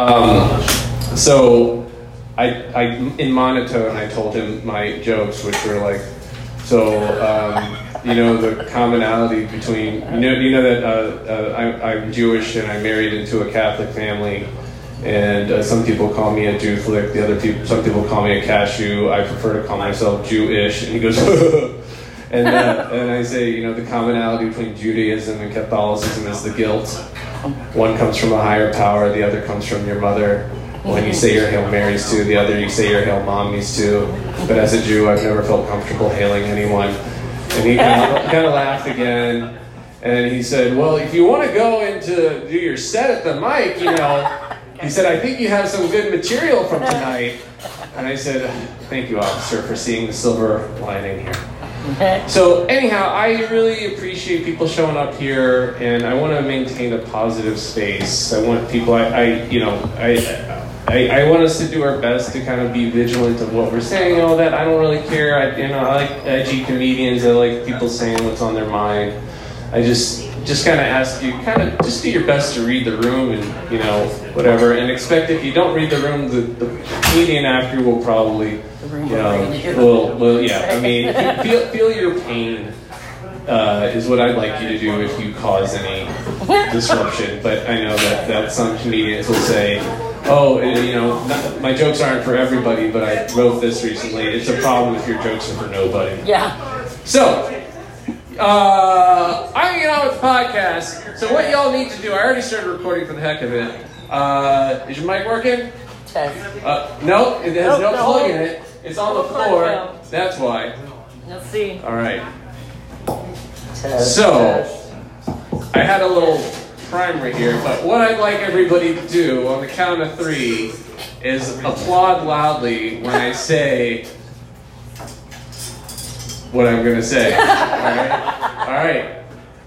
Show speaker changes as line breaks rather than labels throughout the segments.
Um, so I, I, in monotone, I told him my jokes, which were like, so um, you know the commonality between you know you know that uh, uh, I, I'm Jewish and I married into a Catholic family, and uh, some people call me a Jew flick, the other people some people call me a cashew. I prefer to call myself Jewish, and he goes. And, uh, and I say, you know, the commonality between Judaism and Catholicism is the guilt. One comes from a higher power, the other comes from your mother. One you say your Hail Marys to, the other you say your Hail Mommies to. But as a Jew, I've never felt comfortable hailing anyone. And he kind of, kind of laughed again. And he said, well, if you want to go into do your set at the mic, you know, he said, I think you have some good material from tonight. And I said, thank you, officer, for seeing the silver lining here. So anyhow, I really appreciate people showing up here, and I want to maintain a positive space. I want people, I, I you know, I, I, I want us to do our best to kind of be vigilant of what we're saying and all that. I don't really care. I, you know, I like edgy comedians. I like people saying what's on their mind. I just, just kind of ask you, kind of, just do your best to read the room, and you know, whatever, and expect if you don't read the room, the, the comedian after will probably.
room
You
will
know,
read you.
well, well, yeah. I mean, if you feel, feel your pain uh, is what I'd like you to do if you cause any disruption. But I know that, that some comedians will say, "Oh, and, you know, not, my jokes aren't for everybody, but I wrote this recently. It's a problem if your jokes are for nobody."
Yeah.
So, uh, I'm hanging out with the podcast. So, what y'all need to do? I already started recording for the heck of it. Uh, is your mic working?
Test.
Uh, no, it has
Nope,
no
no.
plug in it. It's on the
No.
floor. That's why.
Let's see.
All right.
Test.
So- I had a little primer here, but what I'd like everybody to do on the count of three is applaud loudly when I say what I'm gonna say. All right. All right.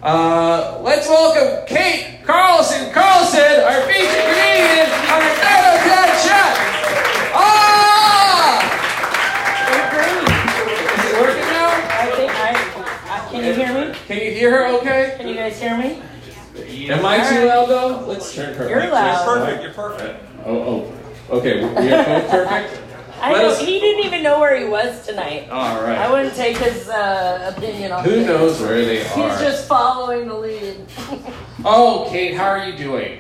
Uh, let's welcome Kate Carlson Carlson, our featured comedian on the Dino Dad Shot. Ah!
I
Is it working now?
think I, I. Can you hear me?
Can you hear her okay?
Can you guys hear me?
Am I too loud though? Let's turn her.
You're
mic
loud.
just up.
You're perfect.
Oh, oh. Okay, we are both perfect?
I
Let
know
us-
he didn't even know where he was tonight.
All
I
right.
wouldn't take his uh, opinion on
Who
it.
knows where they are?
He's just following the lead.
Oh, Kate, how are you doing?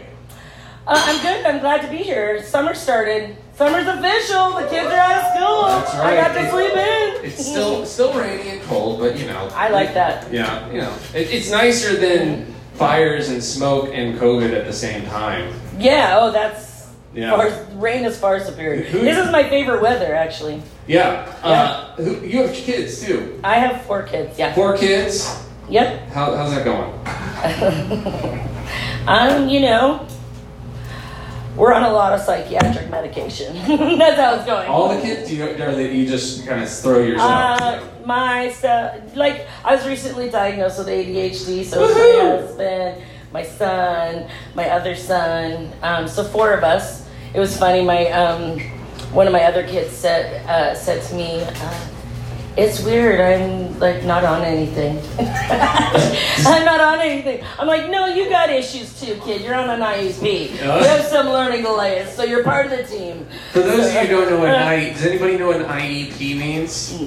Uh, I'm good. I'm glad to be here. Summer started. Summer's official. The kids are out of school.
That's right.
I got to
It-
sleep in.
It's still still rainy and cold, but you know.
I like that.
Yeah, you know. It, it's nicer than fires and smoke and COVID at the same time.
Yeah. Oh, that's.
Yeah.
Far, rain is far superior.
Who-
This is my favorite weather, actually.
Yeah. Uh, who, you have kids too.
I have four kids. Yeah.
Four kids.
Yep.
How, how's that going?
Um. You know, we're on a lot of psychiatric medication. that's how it's going.
All the kids? Do you, or that you just kind of throw yourself?
Uh, my son, like I was recently diagnosed with ADHD, so it's my
Woohoo!
husband, my son, my other son, um, so four of us. It was funny. My um, one of my other kids said uh, said to me, uh, "It's weird. I'm like not on anything. I'm not on anything." I'm like, "No, you got issues too, kid. You're on an IEP. You have some learning delays, so you're part of the team." uh,
For those of you who don't know what an IEP, does anybody know what an IEP means?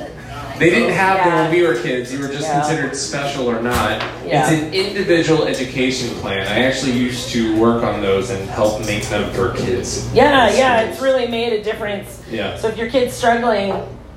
They didn't have them when we were kids. You were just
Oh, Yeah.
considered special or not.
Yeah.
It's an individual education plan. I actually used to work on those and help make them for kids.
Yeah, yeah, it's really made a difference.
Yeah.
So if your kid's struggling,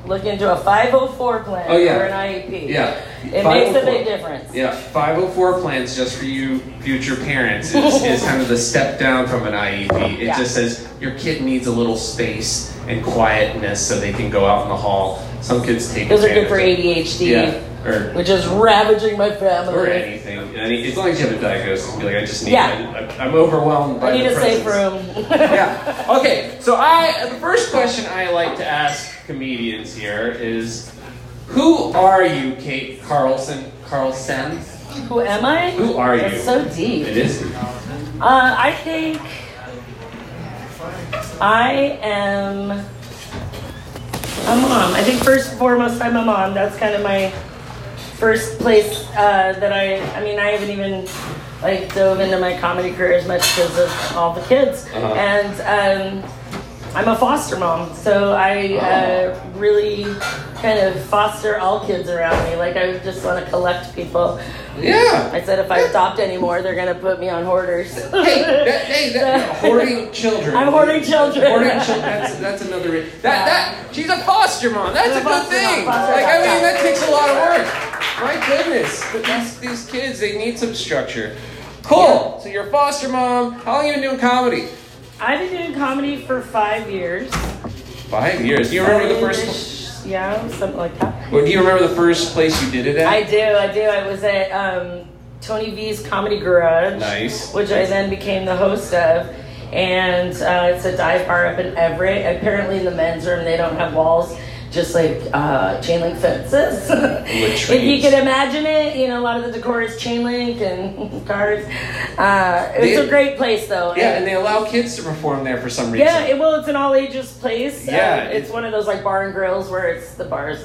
look into a 504 plan
Oh, yeah.
or an IEP.
Yeah.
It makes a
504.
big difference.
Yeah, 504 plans just for you future parents is, is kind of the step down from an IEP. It
Yeah.
just says your kid needs a little space and quietness so they can go out in the hall. Some kids take
Those are good for
advantage of-
ADHD,
Yeah, or
which is ravaging my family.
Or anything. Any, as long as you have a diagnosis, be like, I just need.
Yeah.
I, I'm overwhelmed by.
I need
the
a
presence.
safe room.
Yeah. Okay. So I, the first question I like to ask comedians here is, who are you, Kate Carlson? Carlson.
Who am I?
Who are you?
That's so deep.
It is.
Uh, I think I am a mom. I think first and foremost, I'm a mom. That's kind of my first place uh, that I. I mean, I haven't even like dove into my comedy career as much because of all the kids.
Uh-huh.
And um, I'm a foster mom, so I
Oh.
uh, really kind of foster all kids around me. Like I just want to collect people.
Yeah.
I said if I adopt anymore, they're gonna put me on hoarders.
Hey, that, hey, that, hoarding children.
I'm hoarding children.
Hoarding children. That's that's another. Re- that that she's a foster mom. That's
She's
a
a
good
foster mom,
thing.
foster
Like I mean,
mom.
that takes a lot of work. My goodness, but these these kids they need some structure. Cool. So you're a foster mom. How long you been doing comedy?
I've been doing comedy for five years.
Five years. Do you remember the first?
Five-ish, Yeah, something like that.
Well, do you remember the first place you did it at?
I do, I do. I was at um, Tony V's Comedy Garage.
Nice.
Which I then became the host of. And uh, it's a dive bar up in Everett. Apparently, in the men's room, they don't have walls, just like uh, chain link fences. if you
Latrines.
can imagine it, you know, a lot of the decor is chain link and cars. Uh, it's
They-
a great place, though.
Yeah, and they allow kids to perform there for some reason.
Yeah, it, well, it's an all ages place.
Yeah,
Um, it's one of those like bar and grills where it's the bars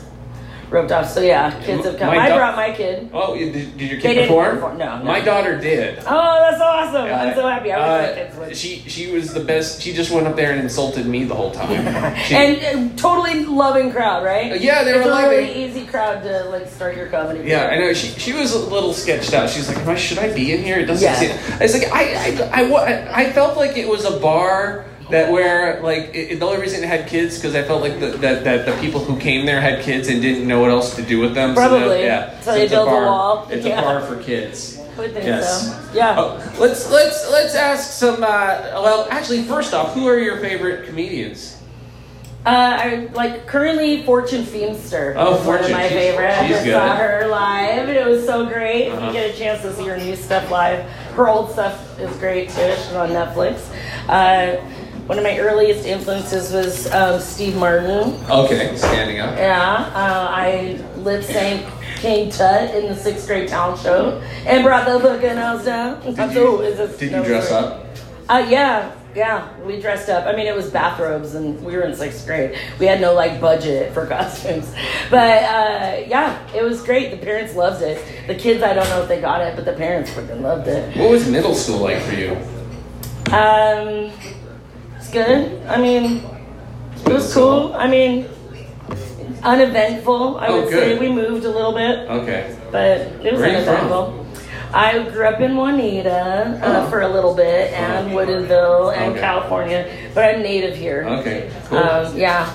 roped off. So yeah, kids have come.
My
I
dau-
brought my kid.
Oh, you- did, did your
They
kid
didn't
perform?
perform, no, no.
My daughter did.
Oh, that's awesome! I'm so happy. I wish
Uh,
my kids would.
She she was the best. She just went up there and insulted me the whole time. She-
and uh, totally loving crowd, right?
Yeah, they
it's
were
a
loving.
really easy crowd to like start your comedy.
yeah, I
career.
know. She, she was a little sketched out. She's like, Am I, should I be in here? It doesn't
Yeah.
seem. I was like, I, I, I, wa- I felt like it was a bar that where like it, the only reason it had kids because I felt like the, that that the people who came there had kids and didn't know what else to do with them. So
Probably.
they- yeah.
So they
it's
built a
bar.
wall.
It's
Yeah.
a bar for kids.
Would think
Yes.
so. Yeah.
Oh, let's let's let's ask some. Uh, well, actually, first off, who are your favorite comedians?
Uh, I like currently Fortune Feimster.
Oh,
is one of
Fortune.
my
She's-
favorite. I
she's
just
good.
saw her live. and It was so great. If
Uh-huh.
you get a chance to see her new stuff live, her old stuff is great too. She's on Netflix. Uh, one of my earliest influences was um, Steve Martin.
Okay, standing up.
Yeah, uh, I lip sank King Tut in the sixth grade talent show and brought the book and I was down.
Did you,
Oh, is this-
did
no,
you dress
sorry.
up?
Uh, yeah, yeah. We dressed up. I mean, it was bathrobes, and we were in sixth grade. We had no like budget for costumes, but uh, yeah, it was great. The parents loved it. The kids, I don't know if they got it, but the parents freaking loved it.
What was middle school like for you?
Um, it's good. I mean, it was cool. I mean, uneventful. I
Oh,
would say
good.
we moved a little bit.
Okay.
but it was
Where are you from?
uneventful. I grew up in Juanita uh, for a little bit and Woodinville and
Oh. Okay.
California, but I'm native here.
Okay. Cool.
Um, yeah.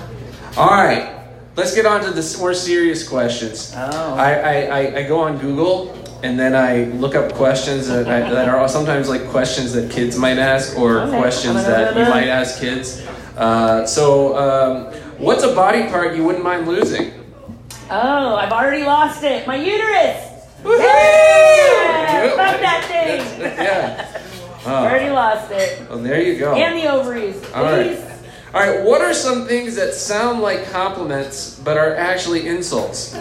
All right. Let's get on to the s- more serious questions.
Oh.
I, I, I, I go on Google and then I look up questions that, I, that are sometimes like questions that kids might ask or
Okay.
questions that you might ask kids. Uh, so, um, what's a body part you wouldn't mind losing?
Oh, I've already lost it. My uterus.
Woohoo!
Yeah! Fuck that thing.
That's- that's- yeah. Oh.
already lost it.
Well, there you go.
And the ovaries.
Oh. All right.
Please.
All right. What are some things that sound like compliments but are actually insults?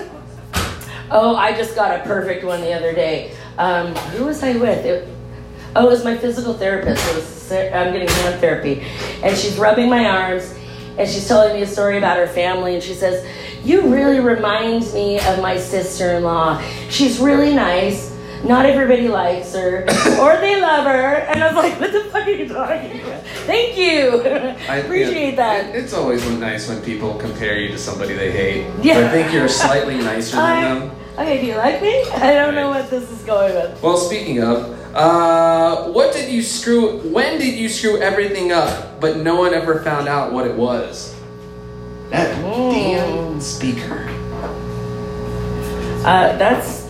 Oh, I just got a perfect one the other day. Um, who was I with? It, oh, it was my physical therapist. It was, Sa- I'm getting hand therapy. And she's rubbing my arms and she's telling me a story about her family. And she says, You really remind me of my sister in law. She's really nice. Not everybody likes her or they love her. And I was like, What the fuck are you talking about? Thank you. I appreciate
yeah,
that.
it- it's always nice when people compare you to somebody they hate.
Yeah.
I think you're slightly nicer than
I,
them.
okay, do you like me? I don't know what this is going with.
Well, speaking of, uh, what did you screw? When did you screw everything up? But no one ever found out what it was. That
Oh.
damn speaker.
Uh, that's.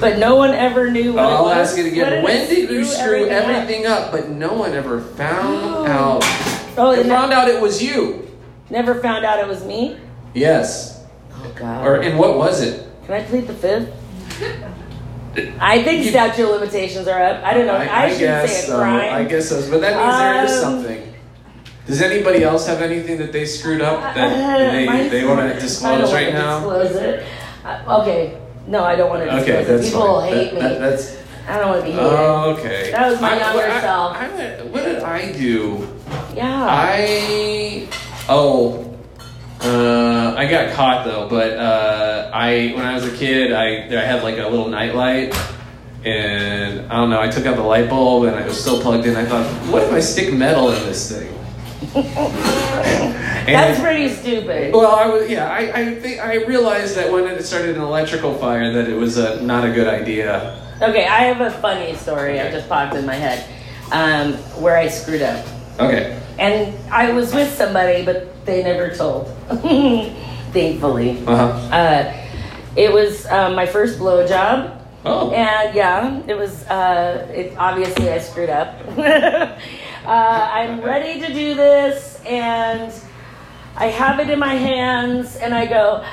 But no one ever knew what it
I'll
was.
ask it
What
again. When
I
did you screw
up?
everything up? But no one ever found out.
Oh,
They
they ne-
found out it was you.
never found out it was me?
Yes.
Oh, God.
Or and what was it?
Can I plead the fifth? I think statute of limitations are up. I don't know. I, should
guess
say a
so. I
crime.
guess so. But that means there is
Um,
something. Does anybody else have anything that they screwed up that
Uh,
they,
mine's-
they want to
I
disclose
don't
right
want to
now?
disclose it. Uh, okay. No, I don't want to disclose
Okay,
it.
that's
People
fine.
will
That-
hate me.
that- uh, that's
I don't want to be hated.
okay.
That was my
I-
younger
I-
self.
I went- what did I do?
yeah.
I oh, uh, I got caught though. But uh, I when I was a kid, I I had like a little nightlight, and I don't know. I took out the light bulb, and I was still plugged in. I thought, what if I stick metal in this thing? And-
That's pretty stupid.
well, I was yeah. I I, think, I realized that when it started an electrical fire, that it was uh, not a good idea.
Okay, I have a funny story that just popped in my head um, where I screwed up.
Okay.
And I was with somebody, but they never told. Thankfully.
Uh huh.
Uh, it was um, my first blowjob.
Oh.
And yeah, it was, uh, it, obviously I screwed up. uh, I'm ready to do this, and I have it in my hands, and I go,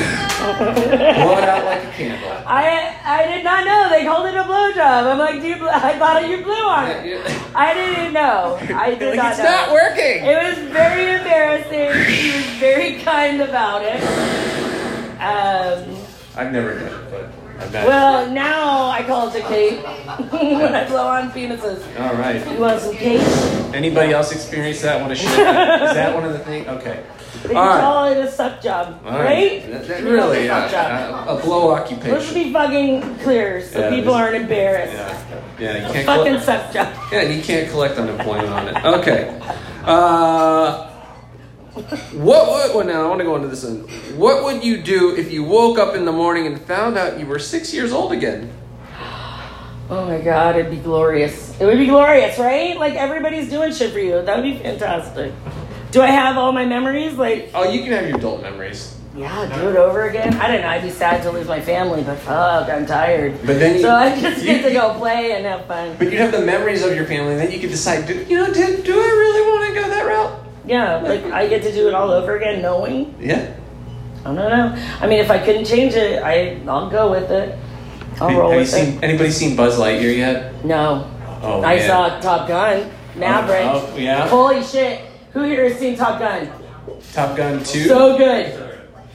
Blow it out like a candle.
I, I did not know they called it a blowjob. I'm like, dude, I thought you blew on it. I didn't know. I did
Like,
not
it's
know.
not working.
It was very embarrassing. He was very kind about it. Um,
I've never done it, but I've done
well, now I call it a cake when I blow on penises.
it. All right.
You want some cake? They
Anybody else experience that one? Is that one of the things? Okay. All right.
call it a suck job,
All
right?
That- that
They call it
really,
a
yeah,
suck job.
a, a blow
Let's
occupation.
be fucking clear so
Yeah,
people
this-
aren't embarrassed.
Yeah, yeah, you can't.
Fucking
Collect,
suck job.
yeah, you can't collect unemployment on it. Okay. Uh, what would? Well, now I want to go into this one. What would you do if you woke up in the morning and found out you were six years old again?
Oh my god, it'd be glorious. It would be glorious, right? Like everybody's doing shit for you. That would be fantastic. Do I have all my memories? Like,
Oh, you can have your adult memories.
yeah, do it over again. I don't know. I'd be sad to lose my family, but fuck, I'm tired.
But then you-
so I just
you-
get to go play and have fun.
But you'd have the memories of your family, and then you could decide, do, you know, do, do I really want to go that route?
Yeah, like I get to do it all over again, knowing.
Yeah.
I don't know. I mean, if I couldn't change it, I I'll go with it. I'll roll
have you
with
seen anybody seen Buzz Lightyear yet?
it. No,
Oh,
I
man.
saw Top Gun Maverick.
Oh, yeah.
Holy shit! Who here has seen Top Gun?
Top Gun Two.
So good.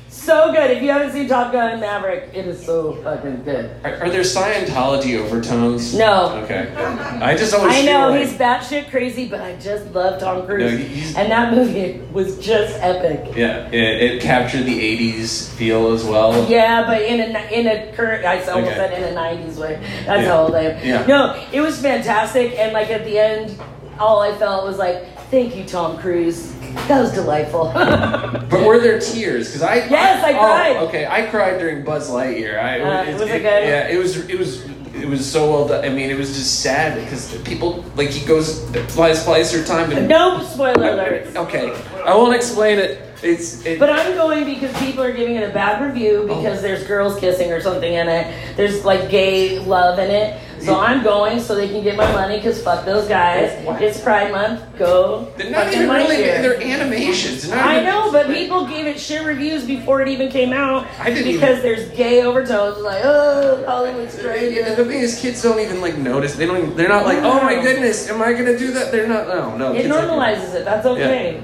So good. If you haven't seen Top Gun and Maverick, it is so fucking good.
Are, are there Scientology overtones?
No.
Okay. I just always.
I
feel
know
like-
he's batshit crazy, but I just love Tom Cruise.
Oh, No, he's-
and that movie was just epic.
Yeah, it, it captured the '80s feel as well.
Yeah, but in a in a current, I almost
Okay.
said in a '90s way. That's
Yeah.
how old I am.
Yeah.
No, it was fantastic, and like at the end, all I felt was like, "Thank you, Tom Cruise. That was delightful."
But were there tears? Because I
Yes, I
oh,
cried.
Okay, I cried during Buzz Lightyear. I
Uh, was it good?
Yeah, it was. It was. It was so well done. I mean, it was just sad because people like he goes flies flies through time and
no spoiler alerts.
Okay, I won't explain it. It's it,
But I'm going because people are giving it a bad review
Oh.
because there's girls kissing or something in it. There's like gay love in it. So I'm going so they can get my money because fuck those guys. It's Pride Month. Go.
they're not
fucking
even
Lightyear.
really. They're animations. They're not
I
even-
know, but people gave it shit reviews before it even came out
I didn't even-
because there's gay overtones. Like, oh, Hollywood's great.
Yeah, the thing is, kids don't even like notice. They don't. Even, they're not like, oh my goodness, am I gonna do that? They're not. No, no.
It
kids don't do that.
normalizes it. That's okay.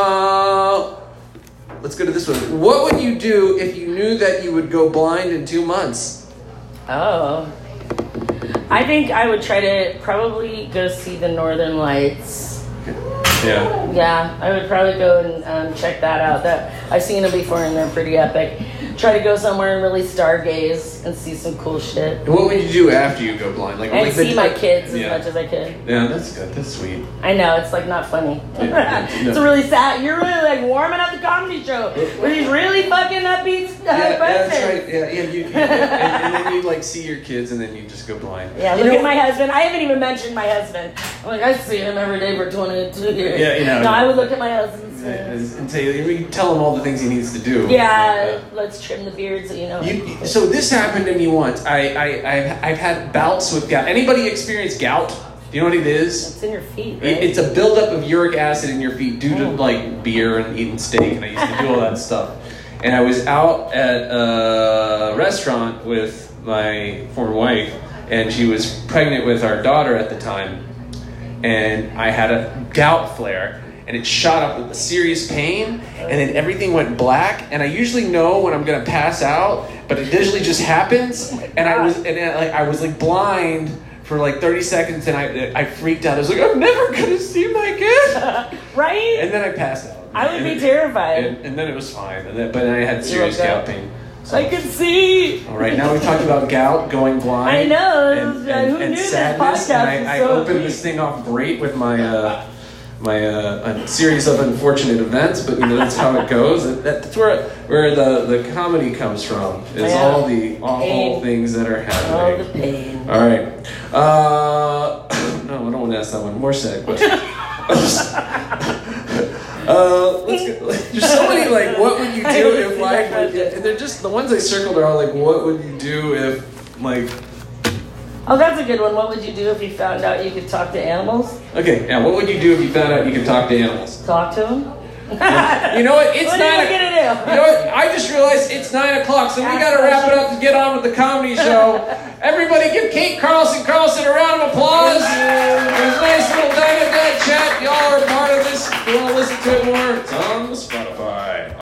Uh, let's go to this one. What would you do if you knew that you would go blind in two months?
Oh. I think I would try to probably go see the Northern Lights.
Yeah.
Yeah, I would probably go and um, check that out. That I've seen them before, and they're pretty epic. Try to go somewhere and really stargaze and see some cool shit,
And what would you do after you go blind? Like,
and
like
see
the,
my kids as
yeah.
much as I could.
Yeah, that's good. That's sweet.
I know it's like not funny.
Yeah, yeah,
it's
no.
really sad. You're really like warming up the comedy show with these really fucking upbeat uh,
Yeah, yeah, that's
person.
right. Yeah, yeah. You, you, and, and then you like see your kids, and then you just go blind.
Yeah,
You
look
know-
at my husband. I haven't even mentioned my husband. I'm like, I've seen him every day for 22 years.
Yeah, you know.
No, I would look at my husband's
And,
face.
and say, we tell him all the things he needs to do.
Yeah, let's trim the beards, you know.
You, you- so this happened to me once. I, I, I've, I've had bouts with gout. Anybody experience gout? Do you know what it is?
it's in your feet, right?
It- It's a buildup of uric acid in your feet due to like beer and eating steak, and I used to do all that stuff. And I was out at a restaurant with my former wife, and she was pregnant with our daughter at the time. And I had a gout flare, and it shot up with serious pain, and then everything went black. And I usually know when I'm gonna pass out, but it usually just happens. And I was and I, like I was like blind for like 30 seconds and I, I freaked out. I was like, I'm never gonna see my kid.
right?
And then I passed out.
I would be
And-
terrified.
And, and then it was fine. And then, but I had serious
woke
gout
up.
pain.
I could see.
All right, now we've talked about gout, going blind.
I know,
And,
uh,
and-
who
and
knew this
sadness.
podcast
and I,
was so
I opened
deep?
this thing off great with my uh, my uh, a series of unfortunate events, but you know that's how it goes. And That's where where the, the comedy comes from. Is
Yeah.
all the awful
Pain.
things that are
All
happening.
Oh, the pain.
All right. Uh, no, I don't want to ask that one. More sick. But, uh, let's go. There's so many like, what would you
I
do
always
if
do
like?
that one.
and They're just the ones I circled are all like, what would you do if like?
Oh, that's a good one. What would you do if you found out you could talk to animals?
Okay, now what would you do if you found out you could talk to animals?
Talk to them?
You know what? It's
What
not.
are you gonna do?
You know what? I just realized it's nine o'clock, so we got to wrap it up and get on with the comedy show. Everybody, give Kate Carlson Carlson a round of applause. It was a nice little dine and dad chat. Y'all are part of this. If You want to listen to it more? It's on Spotify.